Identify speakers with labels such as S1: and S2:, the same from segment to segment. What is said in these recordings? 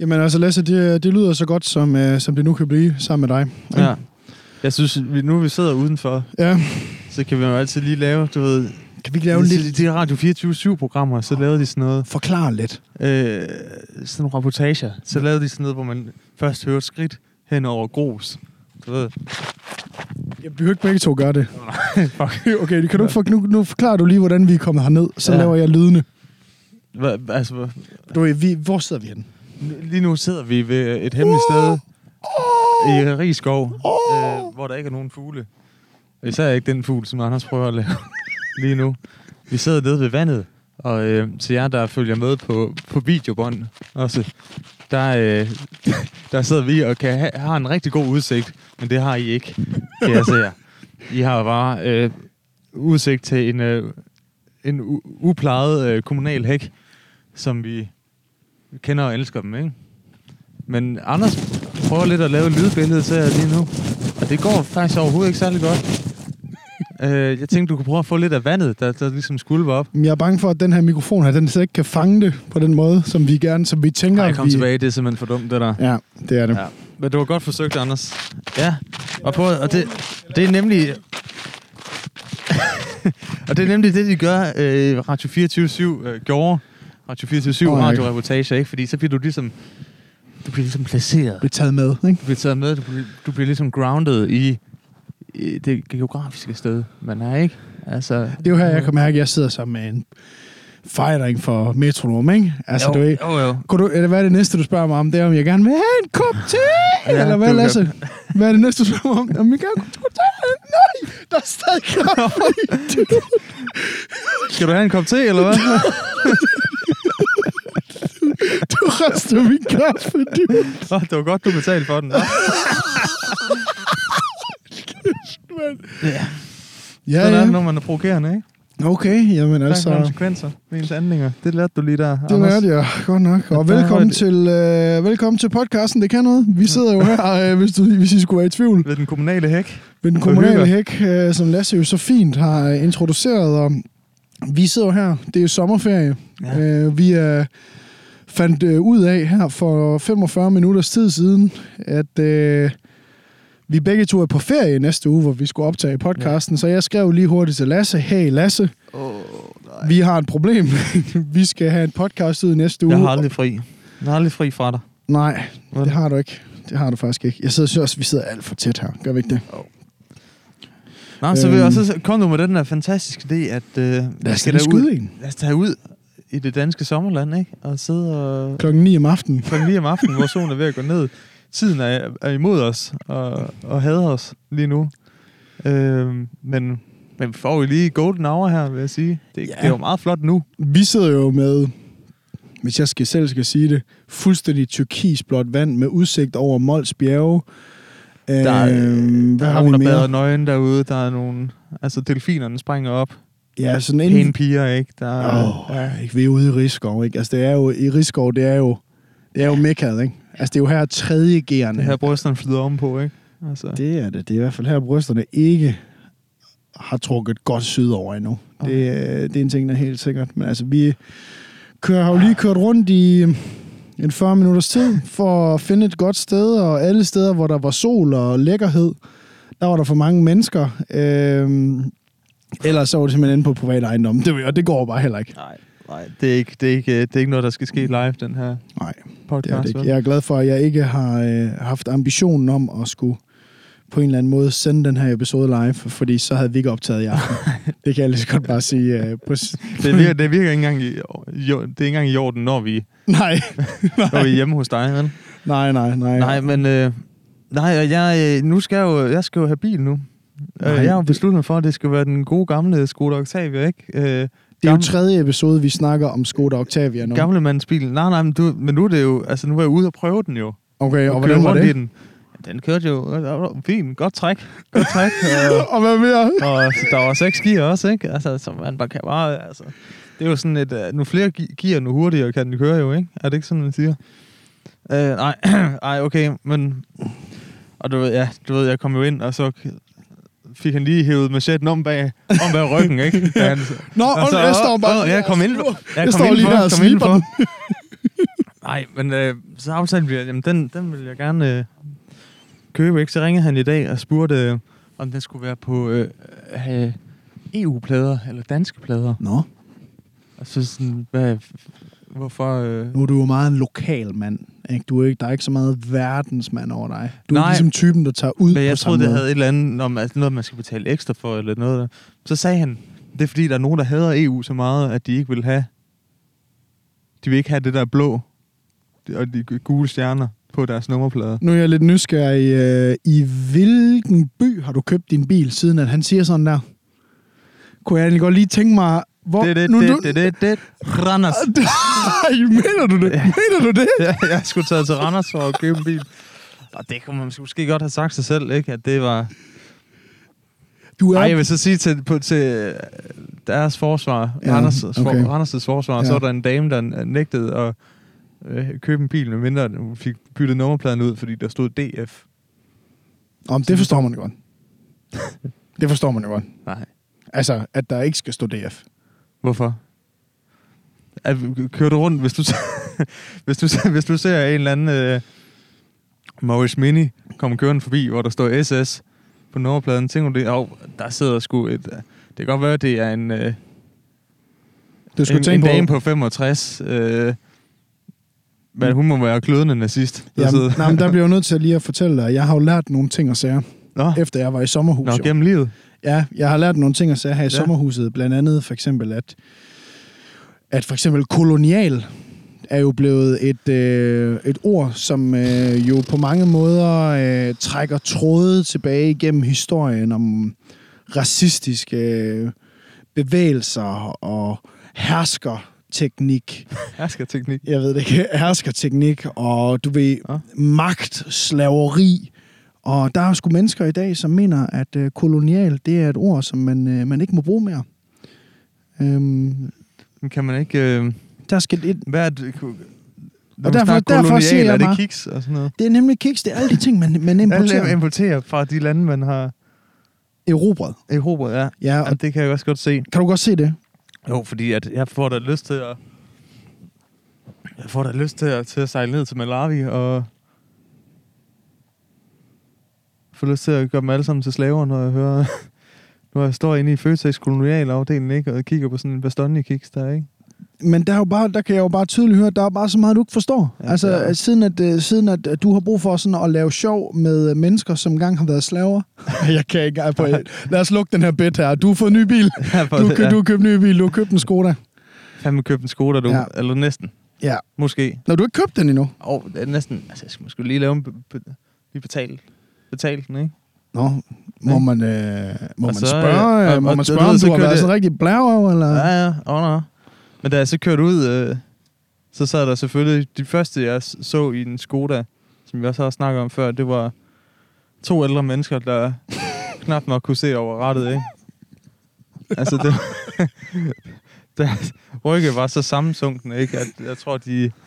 S1: Jamen altså, Lasse, det, det lyder så godt, som, øh, som det nu kan blive sammen med dig.
S2: Ja. Jeg synes, vi, nu vi sidder udenfor,
S1: Ja,
S2: så kan vi jo altid lige lave, du ved...
S1: kan vi ikke lave en lidt...
S2: De, de Radio 24-7-programmer, så lavede de sådan noget...
S1: Forklare lidt.
S2: Øh, sådan nogle reportager. Så lavede de sådan noget, hvor man først hører et skridt hen over grus. Du ved...
S1: Jeg behøver ikke begge to gøre det.
S2: Fuck.
S1: Okay, det kan du ikke for, nu, nu forklarer du lige, hvordan vi er kommet herned. Så ja.
S2: Ja.
S1: laver jeg lydene.
S2: Hva, altså, hva-
S1: Du, ved, vi, hvor sidder vi henne?
S2: lige nu sidder vi ved et hemmeligt sted i Rigskov, øh, hvor der ikke er nogen fugle. Især ikke den fugl, som Anders prøver at lave lige nu. Vi sidder nede ved vandet, og øh, til jer, der følger med på, på videobånd også, der, øh, der sidder vi og kan ha- har en rigtig god udsigt, men det har I ikke, kan jeg se jer. I har bare øh, udsigt til en, øh, en u- uplejet øh, kommunal hæk, som vi kender og elsker dem, ikke? Men Anders prøver lidt at lave et lydbillede til jer lige nu, og det går faktisk overhovedet ikke særlig godt. Øh, jeg tænkte, du kunne prøve at få lidt af vandet, der, der ligesom skulver op.
S1: Men Jeg er bange for, at den her mikrofon her, den slet ikke kan fange det på den måde, som vi gerne, som vi tænker,
S2: Nej,
S1: at
S2: kom
S1: vi...
S2: tilbage, det er simpelthen for dumt, det der.
S1: Ja, det er det. Ja.
S2: Ja. Men du var godt forsøgt, Anders. Ja, og, på, og det, det er nemlig... og det er nemlig det, de gør, øh, Radio 24-7 øh, gjorde. Radio 24-7
S1: Åh,
S2: oh,
S1: nej.
S2: radioreportage, ikke? Fordi så bliver du ligesom... Du bliver ligesom placeret.
S1: Bliv taget med, ikke?
S2: Du bliver taget med, du bliver, du bliver ligesom grounded i, i det geografiske sted, man er, ikke? Altså,
S1: Det er jo her, jeg kan mærke, at jeg sidder sammen med en fejring for metronom, ikke? Altså, jo. du ved,
S2: jo, jo.
S1: kunne du, eller hvad er det næste, du spørger mig om? Det er, om jeg gerne vil have en kop te! ja,
S2: Ja,
S1: eller hvad,
S2: du kan-
S1: Lasse? Hvad er det næste, du spørger mig om? Om jeg gerne vil have en kop te? Nej, der er stadig kaffe i.
S2: Skal du have en kop te, eller hvad?
S1: Du rester min kaffe, du.
S2: oh, det var godt, du betalte for den.
S1: Ja,
S2: Sådan er det,
S1: ja.
S2: når man er provokerende, ikke?
S1: Okay, jamen
S2: Der er
S1: altså...
S2: konsekvenser ved ens handlinger. Det lærte du lige der,
S1: Det lærte jeg godt nok. Og
S2: Ja, der var
S1: velkommen
S2: det.
S1: til, øh, velkommen til podcasten, det kan noget. Vi sidder jo her, øh, hvis, du, hvis I skulle være i tvivl,
S2: Ved den kommunale hæk.
S1: ved den
S2: Og
S1: kommunale
S2: hygger.
S1: hæk, øh, som Lasse jo så fint har øh, introduceret. Og vi sidder jo her, det er jo sommerferie. Ja.
S2: Ja.
S1: Øh, vi øh, fandt øh, ud af her for 45 minutters tid siden, at øh, vi begge to er på ferie næste uge, hvor vi skulle optage podcasten. Ja. Så jeg skrev lige hurtigt til Lasse, hey Lasse,
S2: Oh, nej.
S1: vi har et problem. vi skal have en podcast ud i næste uge.
S2: Jeg har aldrig fri. Jeg har aldrig fri fra dig.
S1: Nej,
S2: Vel?
S1: det har du ikke. Det har du faktisk ikke. Jeg sidder synes også, vi sidder alt for tæt her. Gør vi ikke det?
S2: Nå, så,
S1: Øhm.
S2: øhm. så kom du med den der fantastiske idé, at øh,
S1: Lad
S2: vi
S1: os lige
S2: derud.
S1: skyde en.
S2: Lad os tage ud i det danske sommerland, ikke? Og sidde og...
S1: Klokken 9 om aftenen.
S2: klokken lige om aftenen, hvor solen er ved at gå ned. Tiden er, er imod os og, og hader os lige nu. Øhm, men, men vi får jo lige golden hour her, vil jeg sige. Det,
S1: Ja.
S2: ja. det er jo meget flot nu.
S1: Vi sidder jo med, hvis jeg skal, selv skal sige det, fuldstændig turkisblåt vand med udsigt over Mols bjerge.
S2: Der er,
S1: øhm,
S2: der
S1: hvad
S2: er
S1: har vi
S2: nogen, der
S1: mere?
S2: bader nøgen derude. Der er nogle... Altså, delfinerne springer op.
S1: Ja, sådan en...
S2: Pæne piger, ikke? Der er,
S1: Åh, oh, ikke? Vi er ude i Rigskov, ikke? Altså, det er jo, i Rigskov, det er jo, det er jo mekkaet, ikke? Altså, det er jo her tredje gerne.
S2: Det her brysterne flyder ovenpå, ikke? Altså, det,
S1: Det er det. Det er i hvert fald her, brysterne ikke har trukket godt sydover endnu. Okay.
S2: Okay.
S1: Det, øh, det er en ting, der er helt sikkert. Men altså, vi kører, har jo lige kørt rundt i øh, en 40 minutters tid for at finde et godt sted, og alle steder, hvor der var sol og lækkerhed, der var der for mange mennesker. Øhm, ellers så var det simpelthen inde på privat ejendom, det, og det går bare heller ikke.
S2: nej, nej, det er, ikke, det, er ikke, øh, det er ikke noget, der skal ske live, den her
S1: Nej, det
S2: podcast.
S1: er det ikke.
S2: vel?
S1: Jeg er glad for, at jeg ikke har øh, haft ambitionen om at skulle på en eller anden måde sende den her episode live, fordi så havde vi ikke optaget jer. det kan jeg lige så godt bare sige. Øh, på s-
S2: Det, virker, det virker ikke engang i, jo, det er ikke engang i orden, når vi,
S1: nej,
S2: når vi er hjemme hos dig, vel?
S1: nej, nej, nej.
S2: Nej, men øh, nej, og jeg, øh, nu skal jeg, jo, jeg skal jo have bil nu.
S1: Nej,
S2: Nej, jeg har jo
S1: det-
S2: besluttet mig for, at det skal være den gode gamle Skoda Octavia, ikke? Øh, det
S1: Det er jo tredje episode, vi snakker om Skoda Octavia nu.
S2: gamle mands bil. Nej, nej, men, du, men nu er det jo... Altså, nu var jeg ude og prøve den jo.
S1: Okay,
S2: Nu
S1: og
S2: kører
S1: hvordan var
S2: rundt i
S1: det?
S2: Den. Ja, den kørte jo øh, fint. Godt træk. Godt træk. og,
S1: og hvad mere?
S2: og der var seks gear også, ikke? Altså, så man bare kan bare... Altså, det er jo sådan et... øh, Nu flere ge- gear, nu hurtigere kan den køre jo, ikke? Er det ikke sådan, man siger? Øh, nej, nej, okay, men... Og du ved, ja, du ved, jeg kom jo ind, og så fik han lige hævet machetten om bag, om bag ryggen, ikke? Da han,
S1: Nå, og
S2: så-
S1: jeg står
S2: Altså, åh,
S1: bare...
S2: åh, jeg kom ind. Jeg,
S1: Jeg står lige her og
S2: kom ind
S1: sliber den.
S2: for. Nej, men øh, så aftalte vi, at jamen, den, den vil jeg gerne øh, købe. Ikke? Så ringede han i dag og spurgte, øh, om den skulle være på øh, øh, EU-plader eller danske plader.
S1: Nå,
S2: Og så sådan, hvad, hvorfor... Øh,
S1: nu er du jo meget en lokal mand. Ikke? Du er ikke, der er ikke så meget verdensmand over dig. Du er
S2: Nej.
S1: ligesom typen, der tager ud
S2: men jeg
S1: på
S2: troede,
S1: samme
S2: det
S1: måde.
S2: havde et eller andet, om, altså noget, man skal betale ekstra for, eller noget. Der. Så sagde han, det er fordi, der er nogen, der hader EU så meget, at de ikke vil have... De vil ikke have det der blå og de gule stjerner på deres nummerplader.
S1: Nu er jeg lidt nysgerrig. Øh, I hvilken by har du købt din bil, siden at han siger sådan der? Kunne jeg egentlig godt lige tænke mig... Hvor,
S2: Det, det,
S1: nu,
S2: det,
S1: du-
S2: det, det, det, Randers.
S1: Ej, mener du det? Mener du det?
S2: Ja, jeg skulle tage til Randers for at købe en bil. Og det kunne man måske godt have sagt sig selv, ikke? At det var...
S1: Du
S2: Ej, jeg
S1: er...
S2: vil så sige til, på, til øh, deres forsvar,
S1: Ja,
S2: ja, Randers, okay.
S1: okay.
S2: for, Randers' forsvar, ja. så
S1: Ja.
S2: var der en dame, der nægtede at øh, købe en bil, medmindre hun fik byttet nummerpladen ud, fordi der stod DF.
S1: Om det forstår man jo godt. Det forstår man jo godt.
S2: Nej.
S1: Altså, at der ikke skal stå DF.
S2: Hvorfor? At, kører du rundt, hvis du, hvis du, hvis du ser en eller anden øh, Morris Mini komme kørende forbi, hvor der står SS på nummerpladen, tænker du det? Åh, oh, der sidder sgu et... øh, Det kan godt være, det er en, øh,
S1: Du skulle
S2: en, en
S1: tænke
S2: dame
S1: på...
S2: på 65, øh, men hun må være glødende nazist. Der
S1: Jamen,
S2: sidder-
S1: nej, men der bliver jeg jo nødt til lige at fortælle dig. Jeg har jo lært nogle ting og sager,
S2: Nå,
S1: efter jeg var i sommerhus.
S2: Nå
S1: jo.
S2: gennem livet.
S1: Ja, jeg har lært nogle ting at sige her i ja.
S2: Ja.
S1: sommerhuset. Blandt andet for eksempel, at, at for eksempel kolonial er jo blevet et, øh, et ord, som øh, jo på mange måder øh, trækker tråde tilbage igennem historien om racistiske øh, bevægelser og herskerteknik.
S2: Herskerteknik.
S1: Jeg ved det ikke, herskerteknik og du ved,
S2: Ja.
S1: magt, slaveri. Og der er jo sgu mennesker i dag, som mener, at øh, kolonial, det er et ord, som man, øh, man ikke må bruge mere. Øhm,
S2: Men Kan man ikke... Øh,
S1: der skal et,
S2: hvad er det? Kunne,
S1: Og derfor- derfor siger jeg
S2: er det
S1: bare-
S2: kiks og sådan noget?
S1: det er nemlig kiks, det er alle de ting, man, man importerer.
S2: Alle importerer fra de lande, man har
S1: Erobret.
S2: erobret, ja.
S1: Ja,
S2: Ja,
S1: og
S2: det kan jeg også godt se.
S1: kan du godt se det?
S2: Jo, fordi at jeg får da lyst til at... Jeg får da lyst til at, til at sejle ned til Malawi og... Får lyst til at gøre dem alle sammen til slaver, når jeg hører... Når jeg står inde i Føtex kolonialafdelingen, ikke? Og kigger på sådan en Bastogne-kiks der, ikke?
S1: Men der, er jo bare, der kan jeg jo bare tydeligt høre, at der er bare så meget, du ikke forstår. Ja,
S2: Ja,
S1: altså,
S2: ja.
S1: at siden, at, øh, siden at øh, du har brug for sådan at lave sjov med øh, mennesker, som engang har været slaver. jeg kan ikke. Ej, prøv at- Lad os lukke den her bed her. Du har fået en ny bil. Du, har kø- du har købt en ny bil. Du har købt en Skoda.
S2: Fandme købt en Skoda, du.
S1: Ja.
S2: Ja. Eller næsten.
S1: Ja.
S2: Måske.
S1: Når du har ikke købt den endnu.
S2: Og oh, næsten... Altså, jeg skal måske lige lave en... be- be- Lige betale, betale den, ikke?
S1: Nå, må
S2: Ikke?
S1: man, øh, må
S2: Og
S1: man
S2: så, øh,
S1: spørge, øh,
S2: og-
S1: må
S2: og
S1: man
S2: du
S1: spørge
S2: ved,
S1: om
S2: så
S1: du har
S2: kører
S1: været
S2: det-
S1: sådan rigtig blærerøv, eller? Ja.
S2: Ja, ja, åh nej. Men da jeg så kørte ud, øh, så sad der selvfølgelig... De første, jeg s- så i en Skoda, som vi også har snakket om før, det var to ældre mennesker, der knap nok kunne se over rettet, ikke? Altså, det var, deres rygge var så sammensunkne, ikke? At jeg tror, de, altså,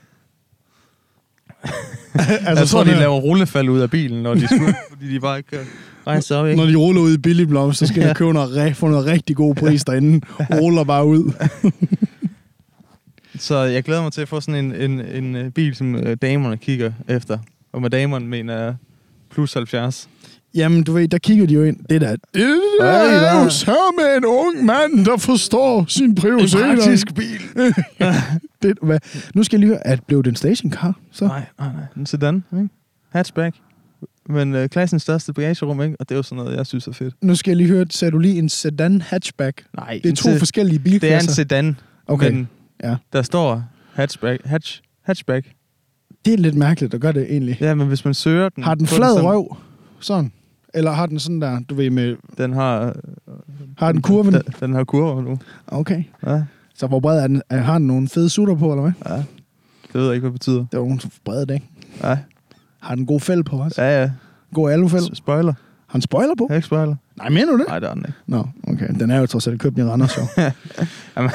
S1: Altså,
S2: jeg Altså, tror, de laver rullefald ud af bilen, når de skulle, fordi de bare ikke kan rejse sig op, ikke?
S1: Når de ruller ud i Billigblom, så skal ja.
S2: Ja.
S1: de købe noget, re- få noget rigtig god pris derinde. Ruller bare ud.
S2: Så jeg glæder mig til at få sådan en, en, en øh, bil, som øh, damerne kigger efter. Og med damerne mener jeg plus 70.
S1: Jamen, du ved, der kigger de jo ind. Det der, det der
S2: Ej,
S1: er jo
S2: hvad?
S1: så med en ung mand, der forstår sin prioriteter.
S2: bil.
S1: Det, hvad? Nu skal jeg lige høre, at blev det en stationcar? Så?
S2: Nej, nej, nej. En sedan, ikke? Hatchback. Men øh, klassens største bagagerum, ikke? Og det er jo sådan noget, jeg synes er fedt.
S1: Nu skal jeg lige høre, sagde du lige en sedan hatchback?
S2: Nej,
S1: Det er to forskellige
S2: Det er en
S1: bilklasser.
S2: sedan,
S1: okay.
S2: men
S1: Ja.
S2: der står hatchback. Hatch, hatchback.
S1: Det er lidt mærkeligt at gøre det egentlig.
S2: Ja, men hvis man søger den...
S1: Har Mm. den
S2: på
S1: flad
S2: som-
S1: røv? Sådan. Eller har den sådan der, du ved med...
S2: Den har... øh,
S1: Har den kurven?
S2: Den, den har kurver nu.
S1: Okay.
S2: Ja,
S1: Så hvor bred er den? Er- Har den nogle fede sutter på, eller hvad?
S2: ja. Det ved jeg ikke, hvad det betyder.
S1: Det var nogle brede dage.
S2: Ja,
S1: Har den god fæld på også? Ja.
S2: ja, ja.
S1: God alufæld?
S2: Spoiler.
S1: Har den spoiler på?
S2: Jeg er ikke spoiler.
S1: Nej, mener du det?
S2: Nej, det er den ikke.
S1: Nå, okay. Den er jo trods alt købt i Randers, jo.
S2: Jamen,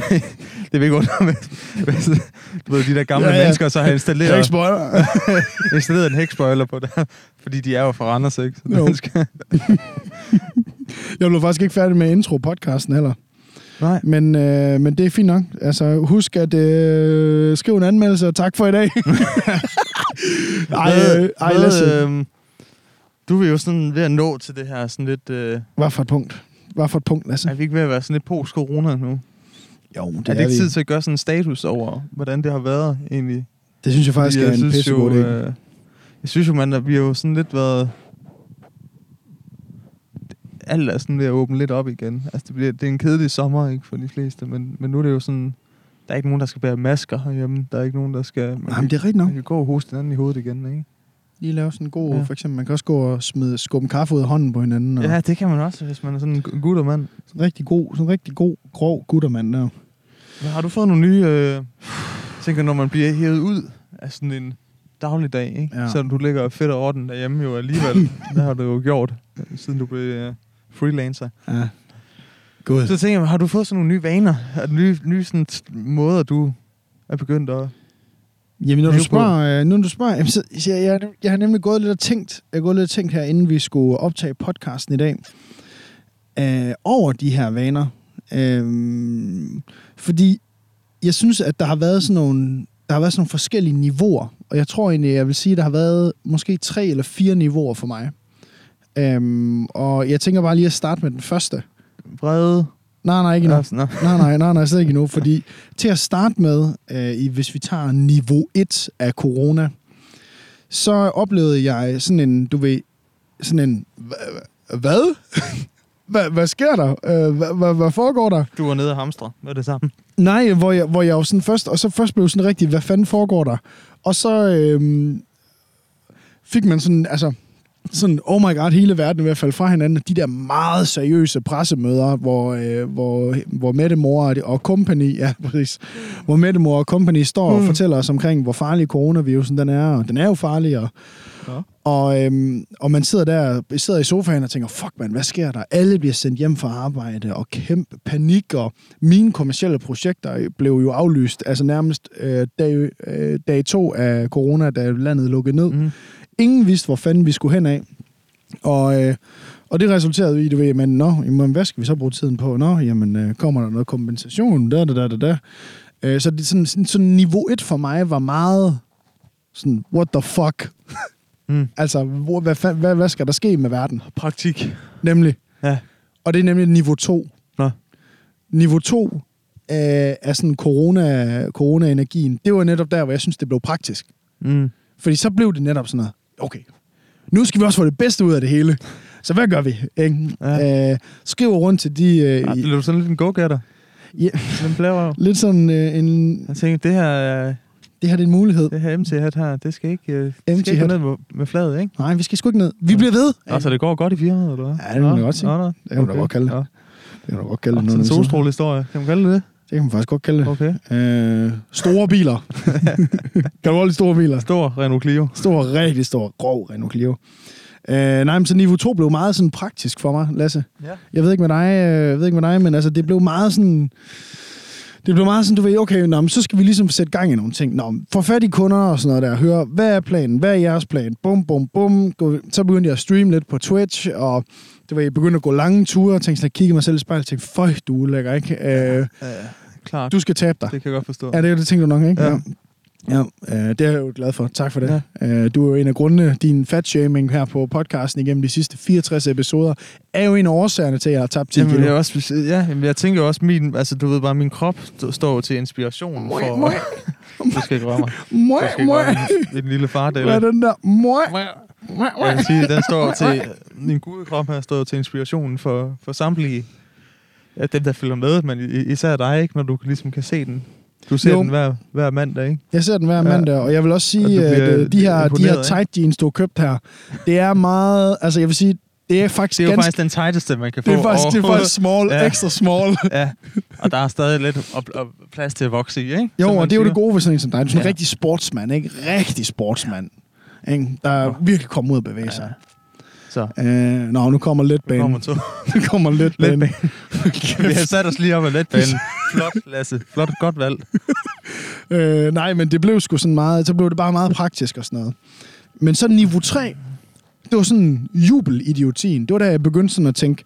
S2: det vil ikke undre mig, hvis du ved, de der gamle
S1: Ja,
S2: ja,
S1: ja.
S2: ja. mennesker så
S1: Det
S2: har
S1: er ikke
S2: installeret,
S1: spoiler.
S2: installeret en hækspoiler på der, fordi de er jo fra Randers, ikke? Så
S1: Jo.
S2: den skal,
S1: Jeg blev faktisk ikke færdig med intro-podcasten heller.
S2: Nej.
S1: Men, øh, men det er fint nok. Altså, husk at øh, skrive en anmeldelse, og tak for i dag. ej, øh, ej lad os se.
S2: hvad, øh, du er jo sådan ved at nå til det her sådan lidt... Øh,
S1: Hvad for et punkt? Hvad for et punkt, Lasse?
S2: er vi ikke ved at være sådan lidt post-corona nu?
S1: Jo, det
S2: er det ikke tid til at gøre sådan en status over, hvordan det har været egentlig?
S1: Det synes jeg faktisk
S2: Fordi
S1: er en pissegod idé. Øh...
S2: øh, Jeg synes jo, man, at vi har jo sådan lidt været... Alt er sådan ved at åbne lidt op igen. Altså, det, bliver, det er en kedelig sommer, ikke, for de fleste, men, men nu er det jo sådan... Der er ikke nogen, der skal bære masker herhjemme. Der er ikke nogen, der skal... Man,
S1: Jamen, det
S2: kan,
S1: er rigtigt nok.
S2: man kan gå og hoste hinanden i hovedet igen, ikke?
S1: Lige lave sådan en god...
S2: Ja.
S1: Ja. For eksempel, man kan også gå og smide, skubbe en kaffe ud af hånden på hinanden. Og
S2: Ja, det kan man også, hvis man er sådan en gu- guttermand.
S1: sådan en rigtig god, sådan en rigtig god, grov guttermand der.
S2: Men har du fået nogle nye... Øh, tænker, når man bliver hævet ud af sådan en dagligdag, ikke? Ja.
S1: Ja.
S2: Selvom du ligger fedt og orden derhjemme jo alligevel. det har du jo gjort, siden du blev øh, freelancer.
S1: Ja. God.
S2: Så tænker jeg, har du fået sådan nogle nye vaner? Er der nye, nye sådan t- måder, du er begyndt at...
S1: Jamen, når
S2: leve
S1: du
S2: på.
S1: spørger, øh, nu når du spørger jamen, så, så jeg, jeg, jeg har nemlig gået lidt og tænkt, jeg har gået lidt og tænkt her, inden vi skulle optage podcasten i dag, øh, over de her vaner. Øh, fordi jeg synes, at der har været sådan nogle, der har været sådan nogle forskellige niveauer, og jeg tror egentlig, jeg vil sige, at der har været måske tre eller fire niveauer for mig. Øhm, og jeg tænker bare lige at starte med den første.
S2: Brede...
S1: Nej, nej, ikke endnu.
S2: Ja, sådan,
S1: Nej, nej, nej, nej, slet ikke endnu, fordi til at starte med, øh, i- hvis vi tager niveau 1 af corona, så oplevede jeg sådan en, du ved, sådan en, "Hva- hvad? Hvad, hvad sker der? Øh, Hvad, hvad, hvad foregår der?
S2: du var nede og hamstre med det samme.
S1: Nej, hvor jeg, hvor jeg jo sådan først, og så først blev sådan rigtig, hvad fanden foregår der? Og så øhm, fik man sådan, altså, sådan, oh my god, hele verden er ved at falde fra hinanden, og de der meget seriøse pressemøder, hvor, øh, hvor, hvor Mettemor og- og company, ja, præcis, hvor Mettemor og company står og
S2: Mm.
S1: fortæller os omkring, hvor farlig coronavirusen den er, og den er jo farlig, og og, øhm, og man sidder der sidder i sofaen og tænker, fuck man, hvad sker der? Alle bliver sendt hjem fra arbejde, og kæmpe panik, og mine kommercielle projekter blev jo aflyst, altså nærmest øh, dag, øh, dag to af corona, da landet lukkede ned.
S2: Mm.
S1: Ingen vidste, hvor fanden vi skulle hen af. Og, øh, og det resulterede jo i, du ved, jamen, nå, jamen, hvad skal vi så bruge tiden på? Nå, jamen, øh, kommer der noget kompensation? Da, da, da, da, da. Øh, så det, sådan, sådan, sådan niveau 1 for mig var meget sådan, what the fuck?
S2: Mm.
S1: Altså, hvor, hvad, fa- hvad, hvad skal der ske med verden?
S2: Praktik.
S1: Nemlig.
S2: Ja.
S1: Og det er nemlig niveau 2.
S2: Nå.
S1: Niveau 2 øh, af sådan corona, corona-energien, det var netop der, hvor jeg synes, det blev praktisk.
S2: Mm.
S1: Fordi så blev det netop sådan noget, okay, nu skal vi også få det bedste ud af det hele. Så hvad gør vi? Ikke? Ja. Øh, skriver rundt til de... Øh,
S2: Ja,
S1: i-
S2: blev du sådan lidt en go-getter?
S1: Ja.
S2: Den blev
S1: lidt sådan øh, en...
S2: Jeg tænkte, det her, øh,
S1: Det her det er en mulighed.
S2: det her MC-hat her, det skal ikke, øh, det skal ikke
S1: MT-hat.
S2: gå ned med, med fladet, ikke?
S1: Nej, vi skal sgu ikke ned. Vi bliver ved!
S2: Nå, så det går godt i firmaet, eller hvad?
S1: Ja, det må man godt sige.
S2: Nå, nå. Det
S1: kan man da godt kalde det.
S2: Ja.
S1: Det kan du godt
S2: Nå,
S1: kalde det.
S2: sådan en
S1: noget, når man siger.
S2: solstrålehistorie. Kan man kalde det det?
S1: Det kan man faktisk godt kalde det.
S2: Okay.
S1: Øh, store biler. kan du holde store biler?
S2: Stor Renault Clio.
S1: Stor, rigtig stor, grov Renault Clio. Øh, nej, men så niveau 2 blev meget sådan praktisk for mig, Lasse.
S2: Ja.
S1: Jeg ved ikke med dig, øh, jeg ved ikke med dig, men altså, det blev meget sådan... Det blev meget sådan, du ved, okay, nå, men så skal vi ligesom sætte gang i nogle ting. Nå, men få fat i kunder og sådan noget der. Hør, hvad er planen? Hvad er jeres plan? Bum, bum, bum. Gå- Så begyndte jeg at streame lidt på Twitch, og det var, jeg begyndte at gå lange ture, og tænkte sådan, at kigge mig selv i spejlet, og tænkte, føj, du er ulækker, ikke? Øh,
S2: Ja, klart.
S1: du skal tabe dig.
S2: Det kan jeg godt forstå.
S1: Ja, det, er jo- det tænker du nok, ikke?
S2: Ja.
S1: Ja. ja. øh, det er jeg jo glad for. Tak for det. Ja. Øh, du er jo en af grundene. Din fatshaming her på podcasten igennem de sidste 64 episoder er jo en af årsagerne til, at jeg har tabt 10
S2: Jamen,
S1: kilo.
S2: jeg, er også, speci- ja, jamen, jeg tænker jo også, min, altså du ved bare, min krop st- står jo til inspiration
S1: Møj,
S2: for...
S1: møj.
S2: du skal ikke røre mig.
S1: Møj,
S2: Du skal ikke
S1: møj.
S2: røre mig. Den lille far,
S1: Hvad er
S2: det
S1: den der? Møj, møj,
S2: jeg
S1: møj.
S2: vil sige, den står til, min gode krop her står jo til inspirationen for, for samtlige ja, dem, der følger med, men i- især dig, ikke, når du ligesom kan se den. Du ser
S1: Jo.
S2: den hver, hver mandag, ikke?
S1: Jeg ser den hver mandag, og jeg vil også
S2: Og du
S1: sige,
S2: bliver
S1: at øh, de her, de
S2: imponeret,
S1: her
S2: ikke?
S1: tight jeans, du har købt her, det er meget... Altså, jeg vil sige, det er faktisk
S2: Det er jo
S1: ganske...
S2: faktisk den tighteste, man kan få.
S1: det er faktisk, det er
S2: overhovedet.
S1: faktisk small,
S2: Ja.
S1: ja. ekstra small.
S2: Ja, og der er stadig lidt op, op, plads til at vokse i, ikke?
S1: Jo,
S2: Som man
S1: og det er jo
S2: siger.
S1: det gode ved sådan en som dig. Du er sådan en
S2: Ja.
S1: rigtig sportsmand, ikke? Rigtig sportsmand. Ikke? Der
S2: Nå.
S1: er virkelig kommet ud at bevæge
S2: Ja.
S1: sig.
S2: Så,
S1: Øh, nå, nu kommer lidt
S2: nu
S1: banen.
S2: kommer to.
S1: Nu kommer lidt
S2: Lidt
S1: banen.
S2: Vi har sat os lige op ad letbanen. Flot, Lasse. Flot, godt valg.
S1: øh, nej, men det blev sgu sådan meget, så blev det bare meget praktisk og sådan noget. Men så niveau 3, det var sådan jubelidiotien. Det var da jeg begyndte sådan at tænke,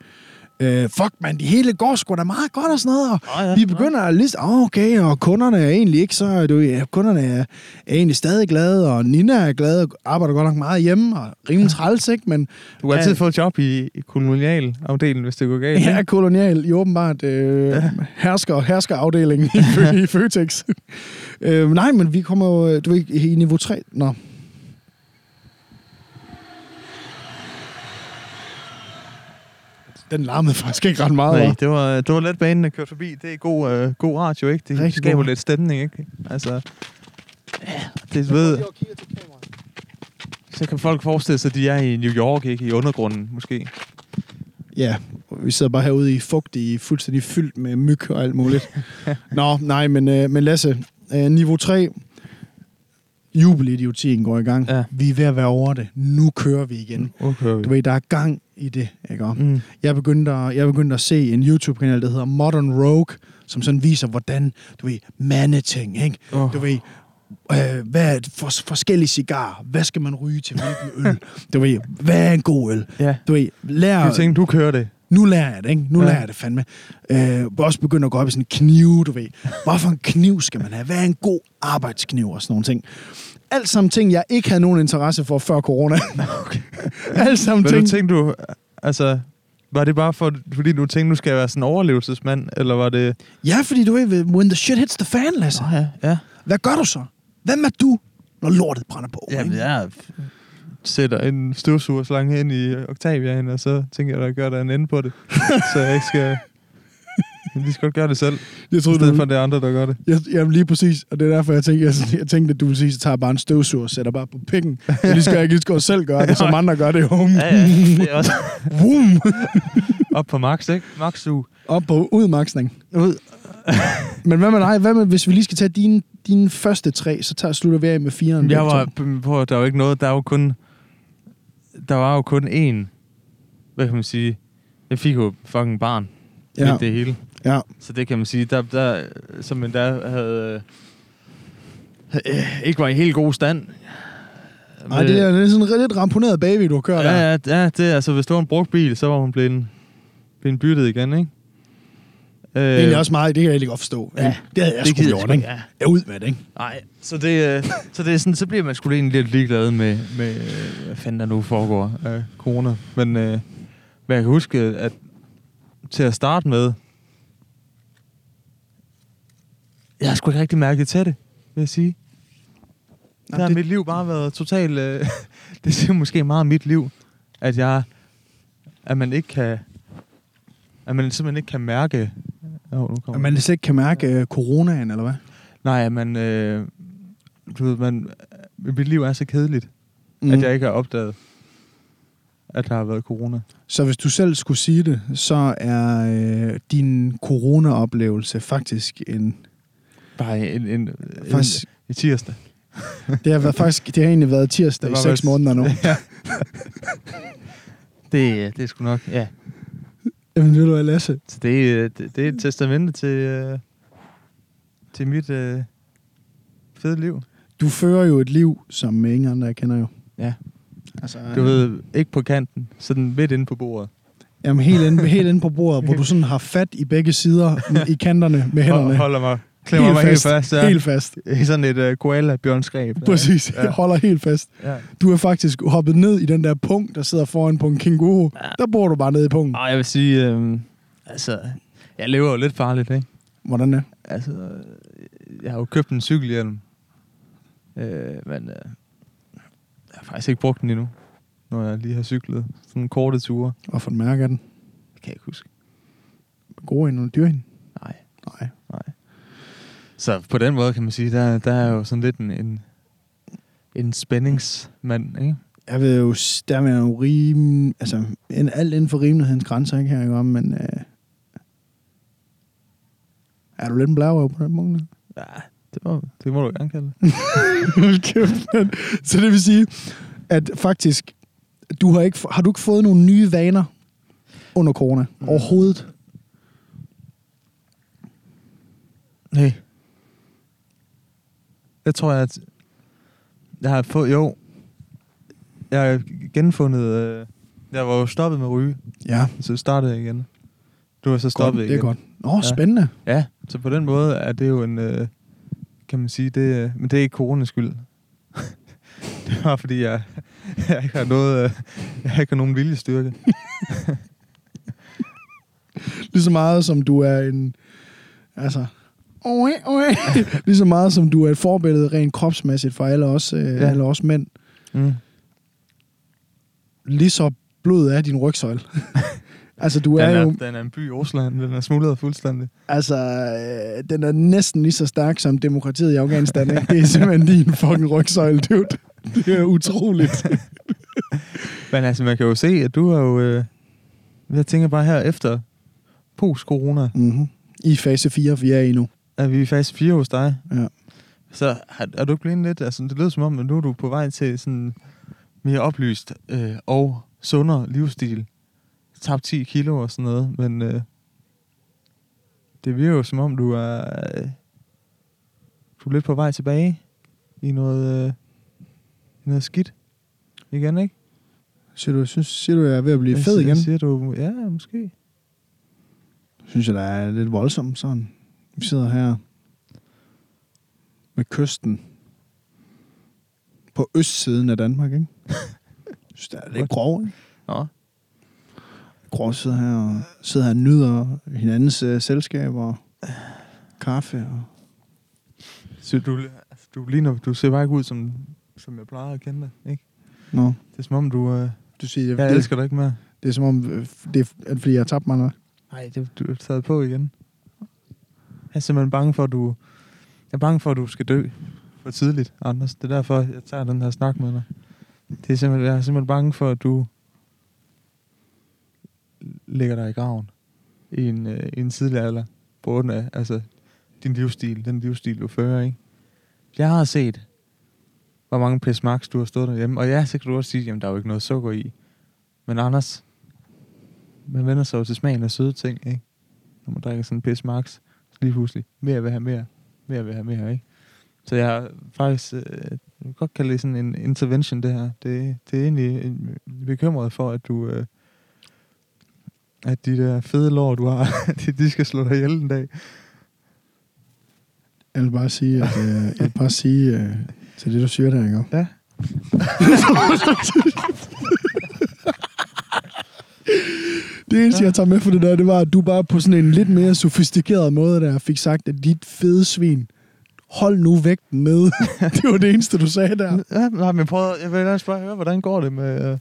S1: øh, fuck man, det hele går sgu da meget godt og sådan noget, og
S2: Nå ja,
S1: vi begynder at liste, oh, okay, og kunderne er egentlig ikke så, du, ved, ja, kunderne er, er egentlig stadig glade, og Nina er glad og arbejder godt nok meget hjemme, og rimelig træls, ikke? Men
S2: Du har altid fået job i, i kolonialafdelingen, hvis det går galt.
S1: Ja,
S2: ikke?
S1: kolonial i åbenbart øh, hersker, herskerafdelingen i, Fø- i Føtex. øh, nej, men vi kommer jo, øh, du ved, i niveau 3. Nå. Den larmede faktisk ikke ret meget.
S2: Nej,
S1: Nej.
S2: det var, det var let banen at køre forbi. Det er god, øh, god radio, ikke? Det
S1: Rigtig
S2: Rigtig skaber
S1: god.
S2: lidt stemning, ikke? Altså, ja, det ved... Så kan folk forestille sig, at de er i New York, ikke? I undergrunden, måske.
S1: Ja, vi sidder bare herude i fugtige, fuldstændig fyldt med myg og alt muligt. Nå, nej, men, øh, men Lasse, øh, niveau 3, jubelidiotien går i gang.
S2: Ja.
S1: Vi er ved at være over det. Nu kører vi igen.
S2: Okay.
S1: Du ved, der er gang i det, ikke? Og
S2: Mm.
S1: Jeg begyndte at, jeg begyndte at se en YouTube-kanal, der hedder Modern Rogue, som sådan viser, hvordan, du ved, mandeting, ikke?
S2: Oh.
S1: Du ved, øh, hvad er det for, forskellige cigarer? Hvad skal man ryge til hvilken øl? Du ved, hvad er en god øl?
S2: Ja.
S1: Du ved, lær,
S2: Du tænkte, du kører det.
S1: nu lærer jeg det, ikke? Nu
S2: Ja.
S1: ja. lærer jeg det fandme. Øh, også begynder at gå op i sådan en knive, du ved. Hvorfor en kniv skal man have? Hvad er en god arbejdskniv og sådan nogle ting? Alt sammen ting, jeg ikke havde nogen interesse for før corona. Okay. Alt sammen
S2: Men du
S1: ting,
S2: tænkte du... Altså, var det bare for, fordi du tænkte, nu skal jeg være sådan en overlevelsesmand? Eller var det...
S1: Ja, fordi du ved, when the shit hits the fan, Lasse.
S2: Nå ja, ja.
S1: Hvad gør du så? Hvem er du, når lortet brænder på?
S2: Jamen,
S1: ikke?
S2: jeg sætter en støvsugerslange ind i Octaviaen, og så tænker jeg, at jeg gør der en ende på det. så jeg ikke skal... Jeg lige så godt gøre det selv,
S1: Jeg
S2: i
S1: troede,
S2: stedet
S1: du
S2: for at det er andre, der gør det.
S1: jeg, jamen, lige præcis. Og det er derfor, jeg tænkte, jeg, jeg tænkte at du ville sige, så tager jeg bare en støvsuger og sætter bare på pikken. Så lige skal jeg ikke lige så godt selv gøre det, som andre gør det. Ja, ja.
S2: det er også...
S1: Boom!
S2: Op på max, ikke? Max uge.
S1: Op på udmaksning.
S2: Ud.
S1: Men hvad med dig? Hvad med, hvis vi lige skal tage dine, dine første tre, så tager, slutter vi af med fireren.
S2: Jeg var på, der var ikke noget, der var jo kun... Der var jo kun én... Hvad kan man sige? Jeg fik jo fucking barn. Ja.
S1: Ja,
S2: Midt det hele.
S1: ja.
S2: Så det kan man sige, der, der som man der havde... Øh, ikke var i helt god stand.
S1: Ej, det er, det er sådan en lidt ramponeret baby, du har kørt der.
S2: Øh. Ja, ja, ja, det er altså, hvis det var en brugt bil, så var hun blevet, blevet byttet igen, ikke? Øh,
S1: Det er egentlig også meget, det kan jeg egentlig godt forstå.
S2: Ja.
S1: Ja. Det havde jeg sgu
S2: gider
S1: gjort, ikke?
S2: Ja.
S1: Jeg er ud med det, ikke?
S2: Nej, så det, øh, så det er sådan, så bliver man sgu egentlig lidt ligeglad med, med øh, hvad fanden der nu foregår af corona. Men øh, hvad jeg kan huske, at til at starte med, jeg har sgu ikke rigtig mærket til det, vil jeg sige. Der
S1: Jamen,
S2: har
S1: det-
S2: mit liv bare været totalt... Øh, det siger måske meget om mit liv, at jeg... At man ikke kan... At man simpelthen ikke kan mærke... Oh, nu kommer
S1: At man slet ikke kan mærke øh, coronaen, eller hvad?
S2: Nej, at man... Øh, du ved, man... Mit liv er så kedeligt, mm. at jeg ikke har opdaget, at der har været corona.
S1: Så hvis du selv skulle sige det, så er øh, din corona-oplevelse faktisk en...
S2: Bare en, en,
S1: Faktisk,
S2: en, en tirsdag.
S1: det, har været, faktisk, det har egentlig været tirsdag
S2: Det
S1: i
S2: var
S1: seks
S2: vel-
S1: måneder nu.
S2: Det, øh, det er sgu nok, ja.
S1: Jamen, ved du hvad, Lasse?
S2: Så det, øh, det, det er et testamente til, øh, til mit øh, fede liv.
S1: Du fører jo et liv, som ingen andre jeg kender jo.
S2: Ja.
S1: Altså,
S2: Du ved, ikke på kanten, sådan midt inde på bordet.
S1: Jamen, helt inde, helt inde på bordet, hvor du sådan har fat i begge sider i kanterne med hænderne.
S2: Hold, holder mig, klemmer mig helt fast. Ja.
S1: Helt fast.
S2: I sådan et øh, koala bjørnskreb.
S1: Præcis. Ja. Holder helt fast.
S2: Ja.
S1: Du er faktisk hoppet ned i den der punkt, der sidder foran på en kænguru. Ja. Der bor du bare nede i punkten.
S2: Og jeg vil sige, øh, altså, jeg lever jo lidt farligt, ikke?
S1: Hvordan er
S2: Altså, øh, jeg har jo købt en cykelhjelm, øh, men øh, jeg har faktisk ikke brugt den endnu, når jeg lige har cyklet sådan en korte ture.
S1: Og for den mærke af den.
S2: Det kan jeg ikke huske.
S1: Gode en og dyr en.
S2: Nej.
S1: Nej.
S2: Nej. Så på den måde kan man sige, der, der er jo sådan lidt en, en, en spændingsmand, ikke?
S1: Jeg vil jo, s- der vil jeg jo rime, altså en, alt inden for rimelighedens grænser, ikke her, ikke om, men øh, er du lidt en blærerøv på den punkt?
S2: Ja, det må, det må du gerne kalde det.
S1: Hold kæft, mand. Så det vil sige, at faktisk, du har, ikke, har du ikke fået nogle nye vaner under corona mm. overhovedet?
S2: Nej. Jeg tror, at jeg har fået... Jo, jeg har genfundet... Øh, jeg var jo stoppet med at ryge,
S1: Ja.
S2: så startede jeg igen. Du har så stoppet
S1: godt, det
S2: igen.
S1: er godt. Nå,
S2: Ja.
S1: spændende.
S2: Ja, så på den måde er det jo en, øh, kan man sige, det, øh, men det er ikke coronas skyld. det var fordi, jeg, jeg ikke har noget, øh, jeg ikke har nogen viljestyrke.
S1: Lige så meget som du er en... Altså... Oe, oe. Lige så meget som du er et forbillede rent kropsmæssigt for alle os, øh, ja.
S2: Ja.
S1: alle os mænd.
S2: Mm.
S1: Lige så blod er din rygsøjle. altså, du
S2: Den,
S1: er
S2: er,
S1: jo...
S2: den er en by i Rusland, den er smuldret fuldstændig.
S1: Altså, øh, den er næsten lige så stærk som demokratiet i Afghanistan. Ikke? Det er simpelthen din fucking rygsøjle, dude. Det er utroligt.
S2: Men altså, man kan jo se, at du har jo, øh, jeg tænker bare her efter post-corona,
S1: Mm-hmm. I fase 4, vi er i nu.
S2: er vi faktisk fire hos dig.
S1: Ja.
S2: Så er, er du ikke blevet lidt, altså det lyder som om, at nu er du på vej til sådan mere oplyst øh, og sundere livsstil. Tabt 10 kilo og sådan noget, men øh, det virker jo som om, du er, øh, du er lidt på vej tilbage i noget, øh, i noget skidt igen, ikke?
S1: Siger du, synes, siger du, jeg er ved at blive
S2: Jeg
S1: fed
S2: siger-
S1: igen?
S2: Siger du, ja, måske.
S1: Synes jeg, der er lidt voldsomt sådan. Vi sidder her med kysten på østsiden af Danmark, ikke? Jeg synes, der er lidt grov, ikke?
S2: Nå,
S1: Grov sidder her og, sidder her og nyder hinandens uh, selskab og kaffe og
S2: så du, altså, du, ligner, du ser bare ikke ud, som, som jeg plejer at kende dig, ikke?
S1: Nå,
S2: Det er som om, du... Øh,
S1: du siger, det,
S2: Jeg
S1: det,
S2: elsker dig ikke mere.
S1: det er som om, øh, det er, at fordi jeg har tabt mig eller hvad?
S2: Nej, det du er taget på igen. Jeg er simpelthen bange for, at du... Jeg er bange for, at du skal dø for tidligt, Anders. Det er derfor, jeg tager den her snak med dig. Det er simpelthen, jeg er simpelthen bange for, at du lægger dig i graven i en, øh, i en tidlig alder. På grund af, altså, din livsstil, den livsstil, du fører, ikke? Jeg har set, hvor mange pis max du har stået derhjemme. Og ja, så kan du også sige, jamen, der er jo ikke noget sukker i. Men Anders, man vender sig jo til smagen af søde ting, ikke? Når man drikker sådan en pis max, så lige pludselig, mere vil have mere, mere vil have mere, ikke? Så jeg har faktisk, øh, jeg kan godt kalde det sådan en intervention, det her. Det, det er egentlig en, bekymret for, at du, øh, at de der fede lår, du har, de, de skal slå dig ihjel en dag.
S1: Jeg vil bare sige, at, øh, jeg vil bare sige øh, til det, du siger der, ikke?
S2: Ja.
S1: Det eneste, jeg tager med for det der, det var, at du bare på sådan en lidt mere sofistikeret måde der fik sagt, at dit fede svin, hold nu vægten med. det var det eneste, du sagde der.
S2: Ja, nej, men prøv, at- jeg vil gerne spørge, høre, hvordan går det med... Øh,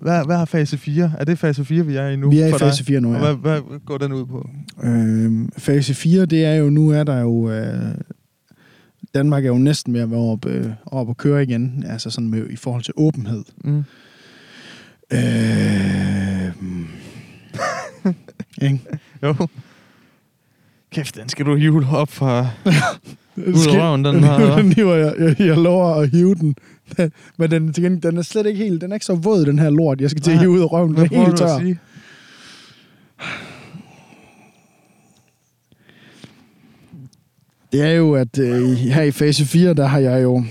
S2: hvad, hvad er fase 4? Er det fase 4, vi er i nu?
S1: Vi er i
S2: for
S1: fase 4 nu,
S2: Og
S1: ja.
S2: hvad, hvad går den ud på?
S1: Øh, fase 4, det er jo, nu er der jo... Øh, Danmark er jo næsten ved at være oppe, øh, oppe at køre igen, altså sådan med, i forhold til åbenhed.
S2: Mm.
S1: Øh, ikke?
S2: Jo. Kæft, den skal du hive op fra...
S1: Ud
S2: af røven, den her, hva'?
S1: den hiver jeg, jeg, jeg lover at hive den. Men den, til gengæld, den er slet ikke helt... Den er ikke så våd, den her lort. Jeg skal til at
S2: Nej.
S1: hive ud af røven. Den er helt tør.
S2: sige?
S1: Det er jo, at øh, her i fase 4, der har jeg jo...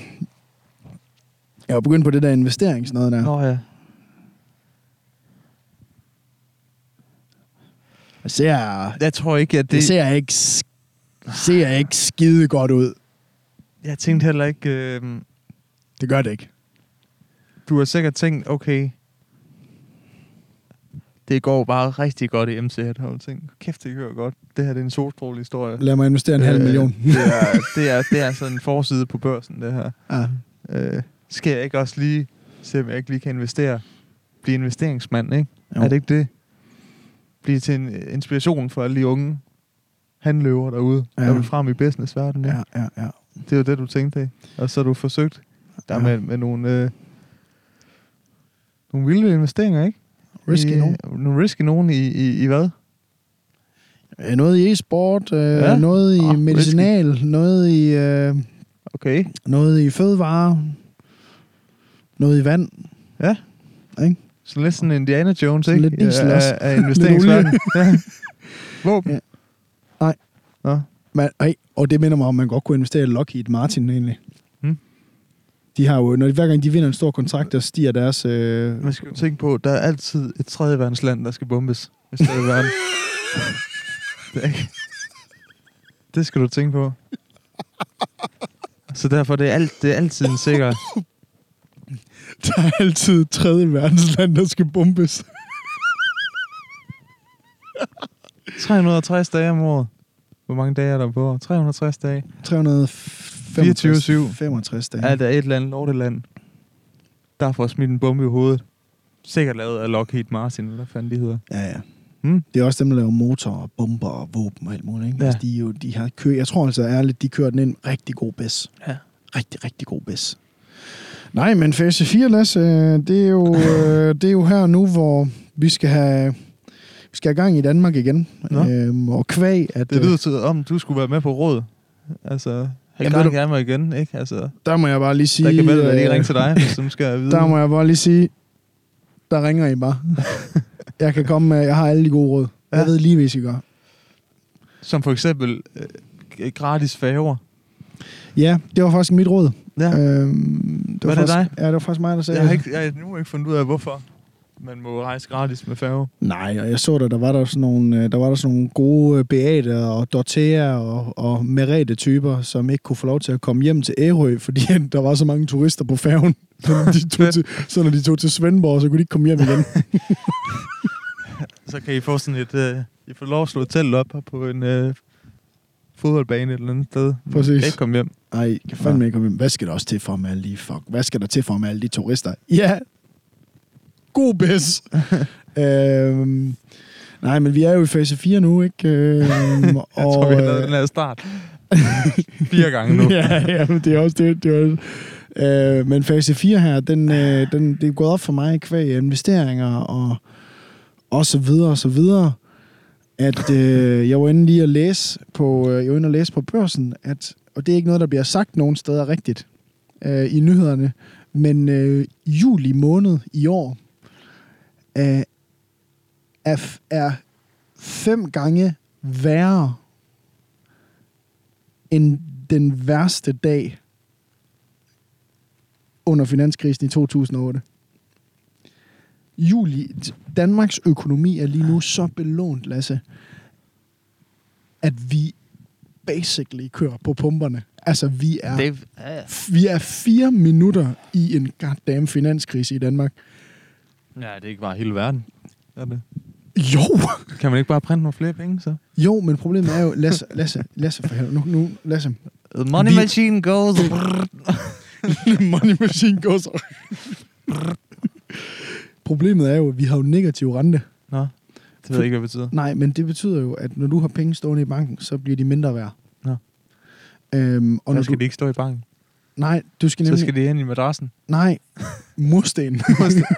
S1: Jeg har begyndt på det der investeringsnoget der.
S2: Nå ja.
S1: Jeg ser,
S2: Jeg tror ikke, at
S1: det
S2: det...
S1: ser ikke, sk- ser ikke skide godt ud.
S2: Jeg tænkte heller ikke... Øh,
S1: Det gør det ikke.
S2: du har sikkert tænkt, okay... Det går bare rigtig godt i MC Hedholm. Tænk, kæft, det kører godt. Det her det er en solstråle historie.
S1: Lad mig investere en øh, halv million.
S2: det, er, det, er, det er sådan en forside på børsen, det her.
S1: Ja.
S2: Øh, skal jeg ikke også lige se, om jeg ikke lige kan investere? Blive investeringsmand, ikke?
S1: Jo.
S2: Jo. Er det ikke det? Blive til en øh, inspiration for alle de unge handløver derude,
S1: Ja.
S2: ja. der vil frem i businessverdenen. Ja.
S1: Ja, ja, ja.
S2: Det er jo det, du tænkte. ikke? Og så har du forsøgt der
S1: Ja.
S2: ja. med, med nogle, øh, nogle vilde investeringer, ikke?
S1: Risky
S2: I, øh,
S1: nogen.
S2: Nogle risky nogen i, i, i hvad?
S1: Øh, Noget i e-sport, øh, ja.
S2: Ja.
S1: noget i
S2: Ah,
S1: oh,
S2: risky.
S1: medicinal, noget i... Øh,
S2: Okay.
S1: Noget i fødevarer. Noget i vand.
S2: Ja.
S1: Ikke?
S2: Så lidt sådan Indiana Jones,
S1: Sådan
S2: ikke?
S1: lidt diesel
S2: Ja,
S1: også.
S2: Af, af investeringsverdenen. ja.
S1: Ja.
S2: Våben.
S1: Nej.
S2: Nå.
S1: Man, ej, og det minder mig om, at man godt kunne investere i Lockheed Martin egentlig.
S2: Hmm.
S1: De har jo, når de, hver gang de vinder en stor kontrakt, der stiger deres... Øh,
S2: Man skal jo tænke på, at der er altid et tredje verdensland, der skal bombes. et sted i verden. det, er ikke... det skal du tænke på. Så derfor det er alt, det er altid en sikker...
S1: Der er altid et tredje verdensland, der skal bombes.
S2: 360 dage om året. Hvor mange dage er der på? 360 dage.
S1: 365 65 dage.
S2: Er der et eller andet lorteland, der får smidt en bombe i hovedet? Sikkert lavet af Lockheed Martin, eller hvad fanden de hedder.
S1: Ja, ja.
S2: Hmm?
S1: Det er også dem, der laver motorer og bomber og våben og alt muligt. Ikke?
S2: Ja.
S1: Ja. Altså, de, er jo, de har kø... Jeg tror altså ærligt, de kører den ind rigtig god bæs.
S2: Ja.
S1: Rigtig, rigtig god bæs. Nej, men fase 4, Lasse, øh, det er, jo, øh, det er jo her nu, hvor vi skal have, vi skal have gang i Danmark igen.
S2: Nå.
S1: Øhm, og kvæg, at
S2: Det
S1: øh,
S2: lyder til, om du skulle være med på råd. Altså, have
S1: Jamen,
S2: gang
S1: ved
S2: i mig igen, ikke? Altså,
S1: der må jeg bare lige sige...
S2: der kan vel være lige
S1: øh,
S2: ringe til dig, hvis du skal vide.
S1: Der må jeg bare lige sige, der ringer I bare. jeg kan komme med, jeg har alle de gode råd. Jeg
S2: Ja.
S1: ved lige, hvad I skal gøre.
S2: Som for eksempel øh, gratis færger.
S1: Ja, det var faktisk mit råd.
S2: Ja.
S1: Øhm, det
S2: Var det
S1: faktisk,
S2: dig?
S1: Ja, det var faktisk mig, der sagde
S2: Jeg har
S1: det.
S2: ikke, jeg har nu ikke fundet ud af, hvorfor man må rejse gratis med færge.
S1: Nej, og jeg så der, der var der sådan nogle, øh, der var der sådan nogle gode øh, Beate og Dorthea og, og Merete-typer, som ikke kunne få lov til at komme hjem til Ærø, fordi at der var så mange turister på færgen. Så når de tog til, så når de tog til Svendborg, så kunne de ikke komme hjem igen.
S2: Så kan I få sådan et... Øh, I får lov at slå et telt op her på en øh, fodboldbane et eller andet sted. Men
S1: Præcis.
S2: I Kan ikke komme hjem.
S1: Nej, jeg kan fandme ikke komme hjem. Hvad skal der også til for med alle de, fuck? Hvad skal der til for med alle de turister? Ja, god bæs. øhm, nej, men vi er jo i fase 4 nu, ikke? Øhm, og,
S2: Jeg tror, vi har lavet
S1: øh,
S2: den her start fire gange nu.
S1: ja, ja, men det er også det. det er også. Øh, men fase 4 her, den, øh, den, det er gået op for mig kvæg investeringer og, og så videre og så videre, at øh, jeg var inde lige at læse på, øh, jeg var inde at læse på børsen, at, og det er ikke noget, der bliver sagt nogen steder rigtigt øh, i nyhederne, men øh, juli måned i år øh, er, f- er fem gange værre end den værste dag under finanskrisen i 2008. Juli, Danmarks økonomi er lige nu så belånt, Lasse, at vi basically kører på pumperne. Altså, vi er,
S2: Det, ja,
S1: vi er fire minutter i en goddamn finanskrise i Danmark.
S2: ja, det er ikke bare hele verden. Er det?
S1: Jo!
S2: Kan man ikke bare printe nogle flere penge, så?
S1: Jo, men problemet er jo, Lasse, Lasse, Lasse for helvede, nu, nu, Lasse.
S2: The money
S1: Vi-
S2: machine goes...
S1: Money machine goes on. Problemet er jo, at vi har jo negativ rente.
S2: Nå, det ved jeg ikke, hvad det betyder.
S1: Nej, men det betyder jo, at når du har penge stående i banken, så bliver de mindre værd.
S2: Nå.
S1: Øhm, og
S2: Og
S1: når
S2: nu skal
S1: du,
S2: de ikke stå i banken.
S1: nej, du skal
S2: Så
S1: nemlig...
S2: skal de hen i madrassen.
S1: Nej, mursten.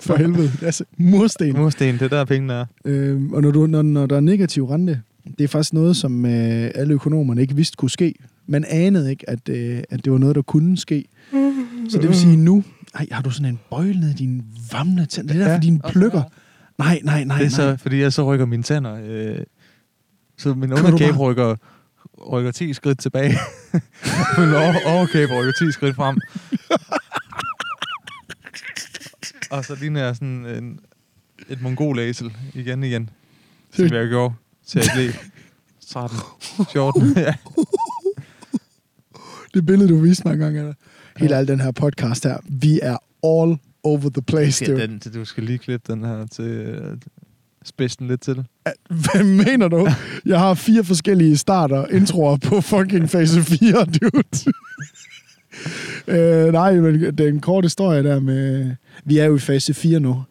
S1: for helvede. Altså, mursten.
S2: Mursten, det er der pengene er.
S1: Øhm, og når, du, når, når der er negativ rente, det er faktisk noget, som øh, alle økonomerne ikke vidste kunne ske. Man anede ikke, at, øh, at det var noget, der kunne ske. Så det vil sige nu... Ej, har du sådan en bøjle ned i dine vamne tænder? Det er
S2: Ja,
S1: derfor, dine
S2: og så-
S1: pløkker. Nej, nej, nej,
S2: det
S1: nej.
S2: er så, fordi jeg så rykker mine tænder. Øh, så min
S1: du
S2: underkæbe
S1: bare-
S2: rykker, rykker 10 skridt tilbage. min over, overkæbe rykker 10 skridt frem. og så ligner jeg sådan en, et mongolæsel igen igen. Som jeg gjorde til jeg blev 13, 14. ja.
S1: Det billede, du viste mig engang, eller? Hele al den her podcast her. Vi er all over the place, dude.
S2: den, du skal lige klippe den her til... Øh, spidse den lidt til.
S1: Hvad mener du? Jeg har fire forskellige starter, introer på fucking fase 4, dude. øh, nej, men den korte historie der med... Vi er jo i fase 4 nu.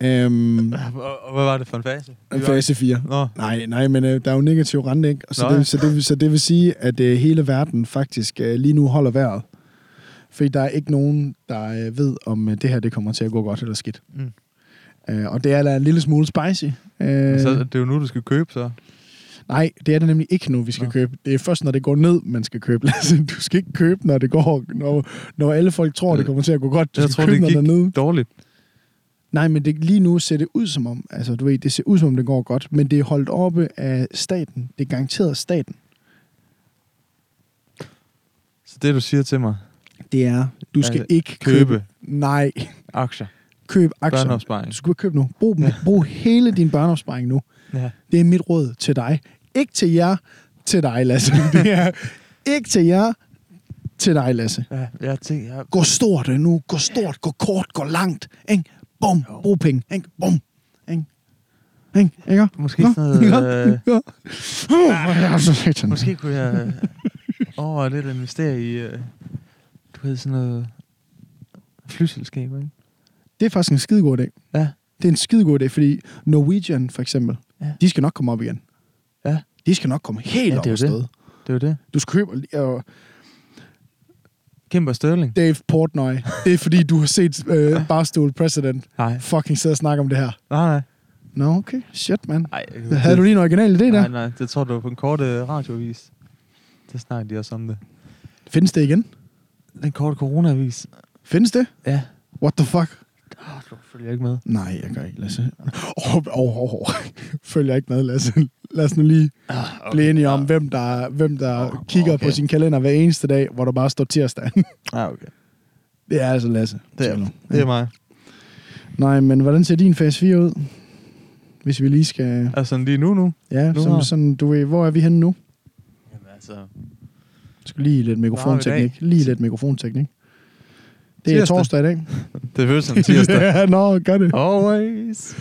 S1: Øhm,
S2: Og, og hvad var det for en fase? Vi var-
S1: fase 4.
S2: Nå,
S1: Nej, nej, men øh, der er jo negativ rente, ikke? Og Så,
S2: Nå, ja.
S1: det, så, det, så det vil sige, at øh, hele verden faktisk øh, lige nu holder vejret. Fordi der er ikke nogen, der øh, ved, om øh, det her det kommer til at gå godt eller skidt.
S2: Mm.
S1: Øh, og det er da en lille smule spicy. Øh,
S2: så det er jo nu, du skal købe, så.
S1: Nej, det er det nemlig ikke nu, vi skal
S2: Nå.
S1: købe. Det er først, når det går ned, man skal købe. Lasse, du skal ikke købe, når det går, når, når alle folk tror, det
S2: Øh,
S1: kommer til at gå godt. Du
S2: Jeg
S1: skal
S2: tror,
S1: købe,
S2: det
S1: når
S2: gik
S1: er nede.
S2: dårligt.
S1: Nej, men det, lige nu ser det ud som om, altså du ved, det ser ud som om, det går godt, men det er holdt oppe af staten. Det er garanteret staten.
S2: Så det, du siger til mig,
S1: Det er, du skal
S2: Altså,
S1: ikke købe.
S2: købe,
S1: købe. Nej,
S2: aktier,
S1: køb aktier.
S2: børneopsparing.
S1: Du skal bare købe nu. Brug, dem. Brug hele din børneopsparing nu.
S2: Ja.
S1: Det er mit råd til dig. Ikke til jer, til dig, Lasse. Det er ikke til jer, til dig, Lasse.
S2: Ja, jeg tænker, jeg...
S1: Gå stort øh, nu. Gå stort, gå kort, gå langt. Ikke? Bum, brug penge. Ikke? Bum. Ikke? Ikke? Ikke?
S2: Måske sådan noget, øh, Ah,
S1: Ja. Uh, jeg er så satan.
S2: Måske kunne jeg øh, overveje lidt at investere i, øh, du ved, sådan noget flyselskab, ikke?
S1: Det er faktisk en skidegod dag.
S2: Ja,
S1: Det er en skidegod dag, fordi Norwegian for eksempel,
S2: Ja.
S1: ja. de skal nok komme op igen.
S2: ja,
S1: De skal nok komme helt
S2: Ja,
S1: ja,
S2: det er
S1: op på
S2: jo det.
S1: stedet.
S2: det var det.
S1: Du skal købe... Og
S2: Kæmper Sterling.
S1: Dave Portnoy, det er fordi, du har set øh, Barstool President
S2: Nej,
S1: fucking sidde og snakke om det her.
S2: nej, nej.
S1: Nå, okay. Shit, man.
S2: Nej,
S1: Havde du lige en original idé
S2: Nej,
S1: der?
S2: nej, det tror du var på en kort øh, radioavis. Der snakker de også om det.
S1: Findes det igen?
S2: Den korte coronaavis.
S1: Findes det?
S2: Ja.
S1: What the fuck?
S2: Oh, du følger ikke med.
S1: Nej, jeg gør ikke, Lasse. Åh, oh, oh, oh, oh. Følger jeg ikke med, Lasse. Lad os nu lige
S2: Ah,
S1: okay, blive enige om, hvem der, hvem der
S2: Åh,
S1: kigger
S2: Ah, okay.
S1: på sin kalender hver eneste dag, hvor der bare står tirsdag.
S2: Ja, Ah, okay.
S1: det er altså Lasse.
S2: Det er,
S1: Tjano.
S2: det er mig.
S1: Nej, men hvordan ser din fase 4 ud? Hvis vi lige skal...
S2: Altså lige nu nu.
S1: Ja,
S2: Nu
S1: som,
S2: har-
S1: sådan, du ved, hvor er vi henne nu?
S2: Jamen altså,
S1: Jeg skal lige lidt mikrofonteknik.
S2: dag.
S1: Lige lidt mikrofonteknik. Det er
S2: Tirsdag.
S1: torsdag i dag.
S2: det føles som tirsdag.
S1: ja, nå, gør det.
S2: Always.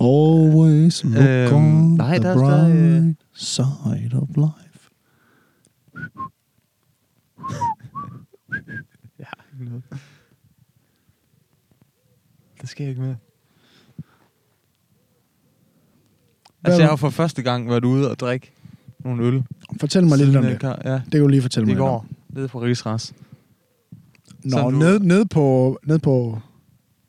S1: Always look
S2: Øhm,
S1: on
S2: nej,
S1: the
S2: der-
S1: bright
S2: der, øh,
S1: side of life.
S2: Jeg har ikke noget. Det sker ikke mere.
S1: Hvad
S2: Altså, jeg
S1: var-
S2: har for første gang været ude og drikke nogle øl.
S1: Fortæl mig lidt
S2: siden,
S1: om
S2: øh,
S1: det.
S2: Kar- Ja,
S1: Det kan du lige fortælle mig
S2: i
S1: lidt
S2: går.
S1: om.
S2: Nede på Rigsras.
S1: Nå,
S2: Som du-
S1: ned, ned på... Ned på...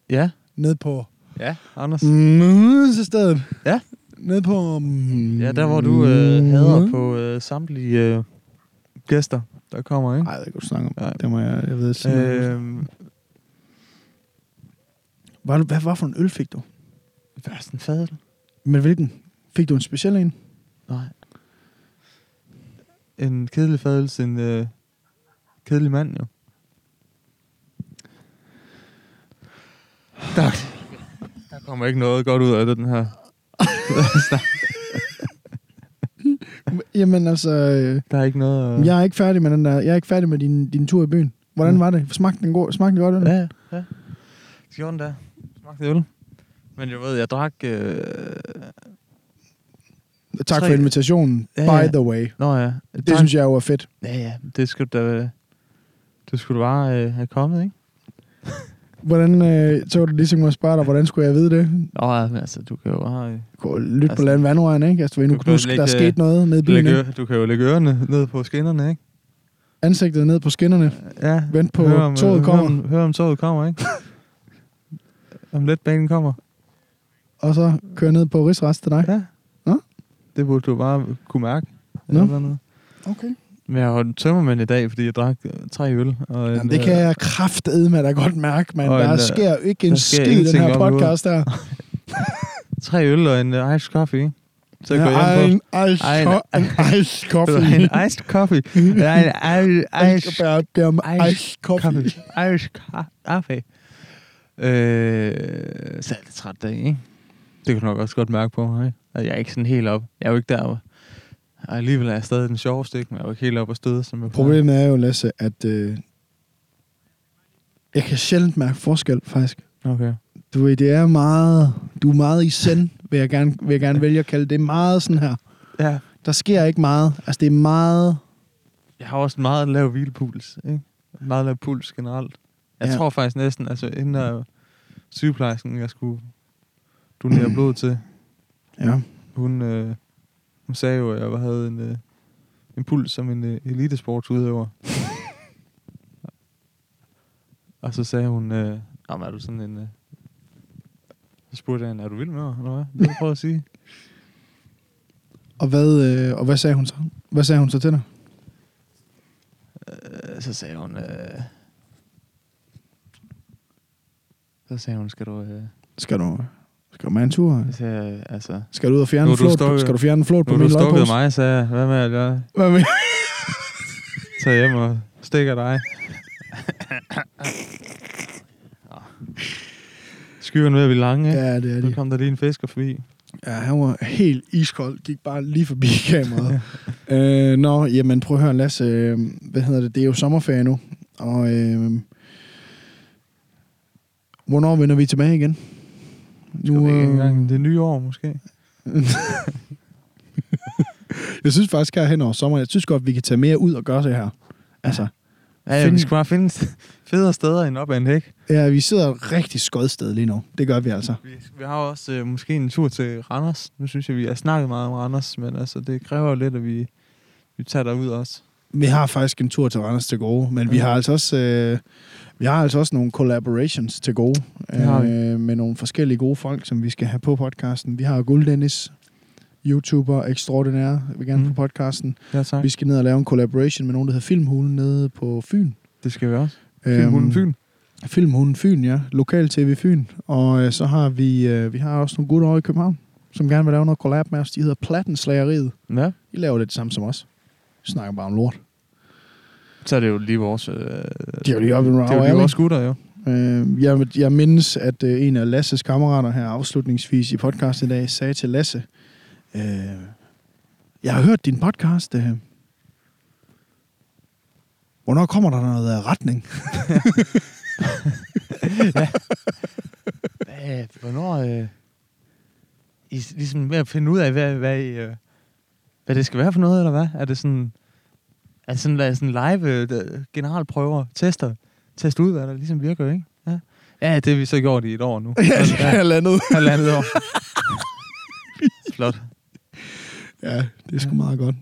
S2: Ja.
S1: Ned på...
S2: Ja, Anders.
S1: Mm, så stedet.
S2: Ja.
S1: Ned på... Mm,
S2: Ja, der hvor du
S1: Mm-hmm.
S2: øh, hader på øh, samtlige øh, gæster, der kommer, ikke?
S1: Nej, det kan du snakke om.
S2: Nej.
S1: Det må jeg... Jeg ved simpelthen. Øh...
S2: Øh,
S1: Hvad, hvad, hvad for en øl fik du?
S2: hvad er sådan en fadel?
S1: Men hvilken? Fik du en speciel en?
S2: Nej. En kedelig fadel til en øh, kedelig mand, jo. Der, der kommer ikke noget godt ud af det, den her.
S1: Jamen altså... Øh,
S2: Der er ikke noget...
S1: jeg er ikke færdig med den der... Jeg er ikke færdig med din, din tur i byen. Hvordan
S2: Mm.
S1: var det? Smagte den, god, smagte den godt? eller?
S2: Ja, ja. Det gjorde den da. Smagte øl. Men jeg ved, jeg drak... Øh...
S1: Tak
S2: Tre-
S1: for invitationen,
S2: Ja,
S1: ja,
S2: ja.
S1: by the way.
S2: Nå ja.
S1: Det tak. synes jeg jo er fedt.
S2: Ja, ja. Det skulle da... Det skulle da bare øh, have kommet, ikke?
S1: Hvordan, øh, så var det ligesom at spørge dig, hvordan skulle jeg vide det?
S2: Nå ja, men altså, du kan jo bare... Øh...
S1: Gå- Lyt altså,
S2: Altså,
S1: på land vandrøren, ikke? Altså, du, ved, nu
S2: du
S1: kan
S2: kan
S1: du huske,
S2: lægge,
S1: der er sket noget nede i byen,
S2: Læg
S1: ikke?
S2: øre, øh, du kan jo lægge ørerne ned på skinnerne, ikke?
S1: Ansigtet ned på skinnerne.
S2: Ja.
S1: Vent på,
S2: Hør
S1: toget
S2: øh,
S1: kommer.
S2: Hør om, hør om toget kommer, ikke? om lidt banen kommer.
S1: Og så køre ned på rigsrest til dig.
S2: Ja.
S1: Nå.
S2: Det burde du bare kunne mærke.
S1: Nå.
S2: Eller noget.
S1: Okay.
S2: Men jeg har holdt tømmermænd i dag, fordi jeg drak øh, tre øl. Og en, øh,
S1: Jamen, det kan jeg kraftedme med dig godt mærke, man.
S2: og en,
S1: Der
S2: øh,
S1: sker jo ikke
S2: der
S1: en
S2: sker
S1: skid i den
S2: ingenting
S1: her
S2: op i hovedet.
S1: podcast der.
S2: Tre øl og en uh, iced coffee, ikke? Så går jeg
S1: Ej,
S2: hjem på.
S1: en ice,
S2: Ej, en-
S1: co- en ice coffee.
S2: En iced coffee. Eller en i- ice
S1: Ice, dem
S2: Ice
S1: ice coffee.
S2: coffee. Irish co- coffee. Øh, så er det træt dag, ikke? Det kan du nok også godt mærke på mig, ikke? At jeg er ikke sådan helt op. Jeg er jo ikke der, hvor... Og alligevel er jeg stadig den sjoveste, ikke? Men jeg er jo ikke helt op og støde, som jeg plejer.
S1: Problemet er jo, Lasse, at øh, jeg kan sjældent mærke forskel, faktisk.
S2: Okay.
S1: Du ved, det er meget... Du er meget i send, vil jeg gerne, vil jeg gerne vælge at kalde det. Det er meget sådan her.
S2: Ja.
S1: Der sker ikke meget. Altså, det er meget...
S2: Jeg har også en meget lav hvilepuls, ikke? En Meget lav puls generelt. Jeg
S1: Ja.
S2: tror faktisk næsten, altså inden der sygeplejersken, jeg skulle donere blod til,
S1: Ja.
S2: hun, øh, hun sagde jo, at jeg havde en, øh, en puls som en øh, elitesportsudøver. og så sagde hun, øh, "Nå, men er du sådan en... Øh... Så spurgte jeg hende, er du vild med mig, eller hvad? Det er det, du prøver at sige.
S1: Og hvad, øh, og hvad sagde hun så? Hvad sagde hun så til dig?
S2: Øh, så sagde hun... Øh... Så sagde hun, skal du... Øh...
S1: Skal du, skal du med en tur?
S2: Så sagde jeg, altså...
S1: Skal du ud og fjerne
S2: Nu
S1: en
S2: er du
S1: flot,
S2: stukket.
S1: skal du fjerne en flot
S2: Nu
S1: på
S2: har du
S1: min
S2: stukket
S1: lodpose?
S2: mig, sagde jeg. Hvad med, at jeg
S1: Hvad med?
S2: tager hjem og stikker dig? Skyerne ved at blive lange, ikke?
S1: Ja, det er
S2: Nu
S1: det.
S2: kom der lige en fisker forbi.
S1: Ja, han var helt iskold. Gik bare lige forbi kameraet. øh, nå, jamen prøv at høre, Lasse. Øh, hvad hedder det? Det er jo sommerferie nu. Og øh, hvornår vender vi tilbage igen?
S2: Nu,
S1: øh,
S2: øh... Det er nye år, måske.
S1: jeg synes faktisk, at her hen over sommeren, jeg synes godt, vi kan tage mere ud og gøre det her. Altså,
S2: Ja, ja,
S1: Find-
S2: vi skal bare finde st- federe steder end op ad en hæk.
S1: ja, vi sidder et rigtig skødt sted lige nu. Det gør vi altså.
S2: Vi, vi har jo også øh, måske en tur til Randers. Nu synes jeg, vi har snakket meget om Randers, men altså, det kræver jo lidt, at vi, vi tager derud også.
S1: Vi har faktisk en tur til Randers til gode, men vi
S2: Ja.
S1: har altså også, øh, vi har altså også nogle collaborations til gode
S2: Det har vi.
S1: øh, med nogle forskellige gode folk, som vi skal have på podcasten. Vi har Guld Dennis, YouTuber ekstraordinær, vil gerne mm.
S2: Mm.
S1: på podcasten.
S2: Ja, tak.
S1: Vi skal ned og lave en collaboration med nogen, der hedder Filmhulen nede på Fyn. Øhm,
S2: Det skal vi også. Filmhulen Fyn.
S1: Filmhulen Fyn, ja. Lokal TV Fyn. Og øh, så har vi, øh, vi har også nogle gutter over i København, som gerne vil lave noget collab med os. De hedder Plattenslageriet.
S2: Ja.
S1: De laver lidt det samme som os. Vi snakker bare om lort.
S2: Så er det jo lige vores... Øh,
S1: De er jo lige oppe i
S2: det er jo lige vores gutter, jo.
S1: Øh, jeg, jeg mindes, at øh, en af Lasses kammerater her afslutningsvis i podcast i dag sagde til Lasse, øh, jeg har hørt din podcast. Øh, hvornår kommer der noget øh, retning?
S2: Hvad, hvornår... Øh, I s- ligesom ved at finde ud af, hvad, hvad, I, øh, hvad det skal være for noget, eller hvad? Er det sådan... Er det sådan, er det sådan live øh, generalprøver, tester, test ud, hvad der ligesom virker, ikke? Ja. ja, det har vi så gjort i et år nu.
S1: landet.
S2: Halvandet år. Flot.
S1: Ja, det er sgu meget godt.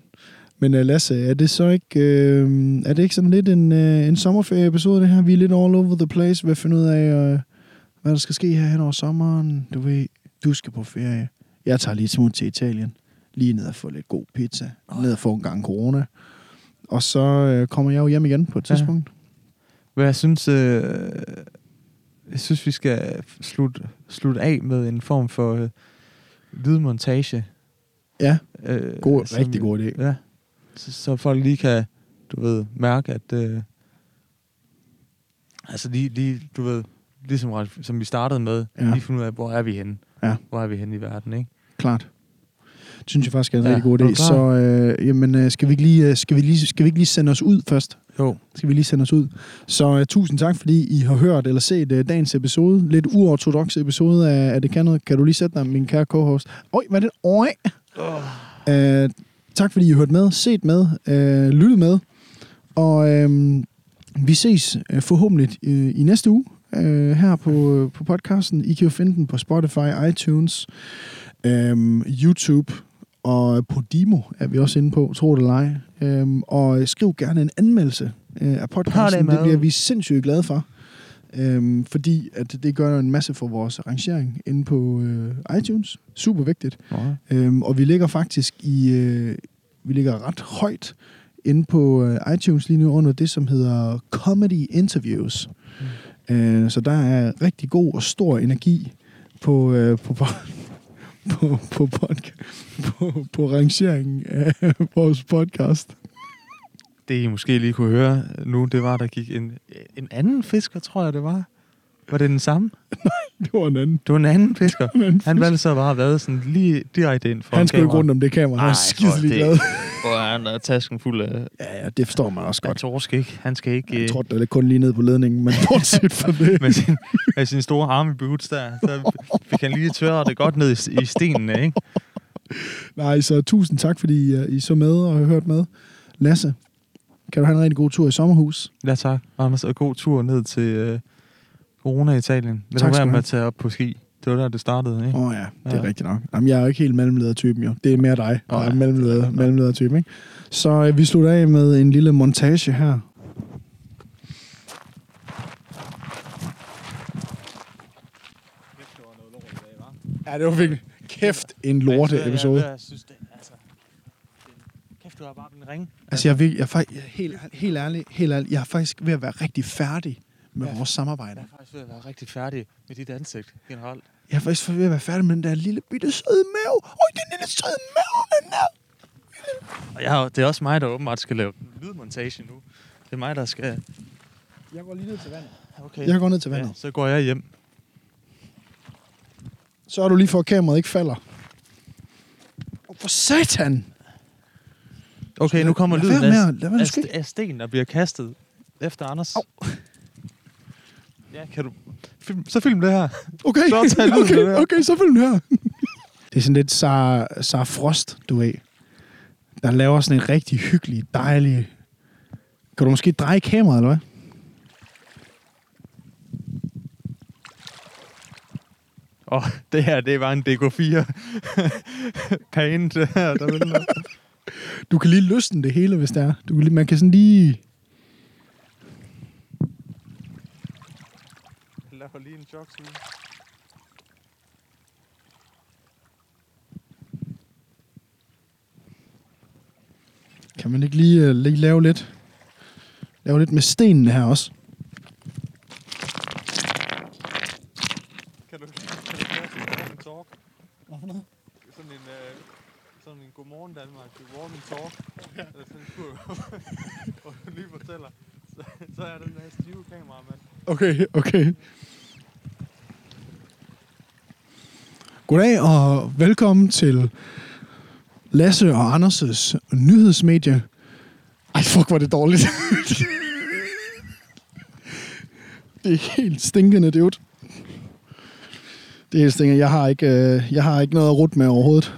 S1: Men øh, Lasse, er det så ikke, øh, er det ikke sådan lidt en, øh, en sommerferie-episode, det her? Vi er lidt all over the place ved at finde ud af, øh, hvad der skal ske her hen over sommeren. Du ved, du skal på ferie. Jeg tager lige et smut til Italien. Lige ned og få lidt god pizza. Ned og få en gang corona. Og så øh, kommer jeg jo hjem igen på et
S2: Ja.
S1: tidspunkt.
S2: Hvad jeg synes, øh, jeg synes vi skal slutte slut af med en form for øh, lydmontage.
S1: Ja,
S2: Øh,
S1: god,
S2: som-
S1: rigtig god idé.
S2: Ja, så, så folk lige kan, du ved, mærke, at... Øh, altså lige, lige, du ved, ligesom ret- som vi startede med,
S1: Ja.
S2: ja. lige finde ud af, hvor er vi henne?
S1: Ja.
S2: Hvor er vi henne i verden, ikke?
S1: Klart. Det synes jeg faktisk er en ja,
S2: Ja,
S1: rigtig god
S2: er
S1: idé.
S2: du klar?
S1: Så øh, jamen, øh, skal, vi ikke lige, øh, skal, vi lige, skal vi ikke lige sende os ud først?
S2: Jo.
S1: skal vi lige sende os ud. Så uh, tusind tak, fordi I har hørt eller set uh, dagens episode. Lidt uortodox episode af, af Det Kan Noget. Kan du lige sætte dig, min kære co-host? Øj, hvad er det? Øj! Uh, tak, fordi I har hørt med, set med, uh, lyttet med. Og uh, vi ses uh, forhåbentlig uh, i næste uge uh, her på, uh, på podcasten. I kan jo finde den på Spotify, iTunes, uh, YouTube, og på Dimo er vi også inde på, tro det eller ej. Øhm, og skriv gerne en anmeldelse øh, af
S2: Har det
S1: podcasten.
S2: med.
S1: Det bliver vi sindssygt glade for. Øhm, fordi at det gør en masse for vores rangering inde på øh, iTunes. Super vigtigt.
S2: Nå,
S1: Øhm, og vi ligger faktisk i... Øh, vi ligger ret højt inde på øh, iTunes lige nu under det, som hedder Comedy Interviews. Øh, så der er rigtig god og stor energi på, øh, på, på, på, på, podca- på, på rangeringen af vores podcast.
S2: Det I måske lige kunne høre nu, det var, der gik en, en anden fisker, tror jeg det var. Var det den samme?
S1: Det var en anden.
S2: Det var en anden fisker.
S1: En anden
S2: Han valgte så bare at vade sådan lige direkte ind for
S1: Han skulle ikke rundt om det kamera. Han var skidelig glad.
S2: Og han er tasken fuld af,
S1: Ja, ja, det forstår man også
S2: af
S1: godt.
S2: torsk, ikke? Han skal ikke...
S1: Jeg
S2: øh,
S1: tror, det er kun lige ned på ledningen, men bortset fra det.
S2: med, sin, med sin store army boots der, så fik han lige tørret det godt ned i, i stenene, ikke?
S1: Nej, så tusind tak, fordi øh, I så med og har hørt med. Lasse, kan du have en rigtig god tur i sommerhus?
S2: Ja, tak. Anders, og god tur ned til øh, Corona-Italien. Lad
S1: Tak skal
S2: tak, være
S1: du
S2: med
S1: have.
S2: at tage op på ski. Det var der, det startede, ikke?
S1: Åh oh, ja, det er
S2: Ja.
S1: ja. rigtigt nok. Jamen, jeg er jo ikke helt mellemleder-typen jo. Det er mere dig, der
S2: Åh,
S1: oh,
S2: ja.
S1: er mellemleder, mellemleder-typen, ikke? Så øh, vi slutter af med en lille montage her. Ja, det var virkelig kæft en lorte episode.
S2: Jeg synes, det altså... Kæft, du har bare en ring.
S1: Altså, jeg er, virkelig, jeg er faktisk, jeg er helt, helt, ærlig, helt ærlig, jeg er faktisk ved at være rigtig færdig med
S2: Ja.
S1: vores samarbejde.
S2: Jeg er faktisk ved at være rigtig færdig med dit ansigt generelt.
S1: Jeg er faktisk ved at være færdig med den der lille bitte søde mave. Øj, den lille søde mave, den der.
S2: Og jeg, har- det er også mig, der åbenbart skal lave lydmontage nu. Det er mig, der skal...
S1: Jeg går lige ned til vandet.
S2: Okay.
S1: Jeg går ned til
S2: ja,
S1: vandet.
S2: så går jeg hjem.
S1: Så er du lige for, at kameraet ikke falder. For satan!
S2: Okay, nu kommer
S1: Lad
S2: lyden
S1: være med
S2: af,
S1: at- lad være med
S2: af,
S1: at ske.
S2: st- af sten, der bliver kastet efter Anders. Ja, kan du... Film, så film det her.
S1: Okay,
S2: Så tag lyden med det
S1: okay,
S2: her.
S1: okay, så følg den her. det er sådan lidt Sara, Sara Frost, du ved. Der laver sådan en rigtig hyggelig, dejlig... Kan du måske dreje kameraet, eller hvad?
S2: Åh, oh, det her, det var en DK4. Pain, det her, der vil noget.
S1: Du kan lige løsne det hele, hvis det er. Du kan lige, man kan sådan lige...
S2: Lad mig lige en jogsuge.
S1: Kan man ikke lige, øh, lige lave lidt... Lave lidt med stenene her også.
S2: Kan du, kan du lave en talk? Sådan en, øh, sådan en godmorgen Danmark, det er walk and talk. Eller sådan en kur, hvor du lige fortæller. Så, så er den der stive kameramand.
S1: Okay, okay. Goddag og velkommen til Lasse og Anders' nyhedsmedie. Ej, fuck, hvor er det dårligt. det er helt stinkende, dude. Det er helt stinkende. Jeg har ikke, øh, jeg har ikke noget at rute med overhovedet.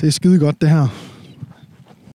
S1: Det er skide godt, det her.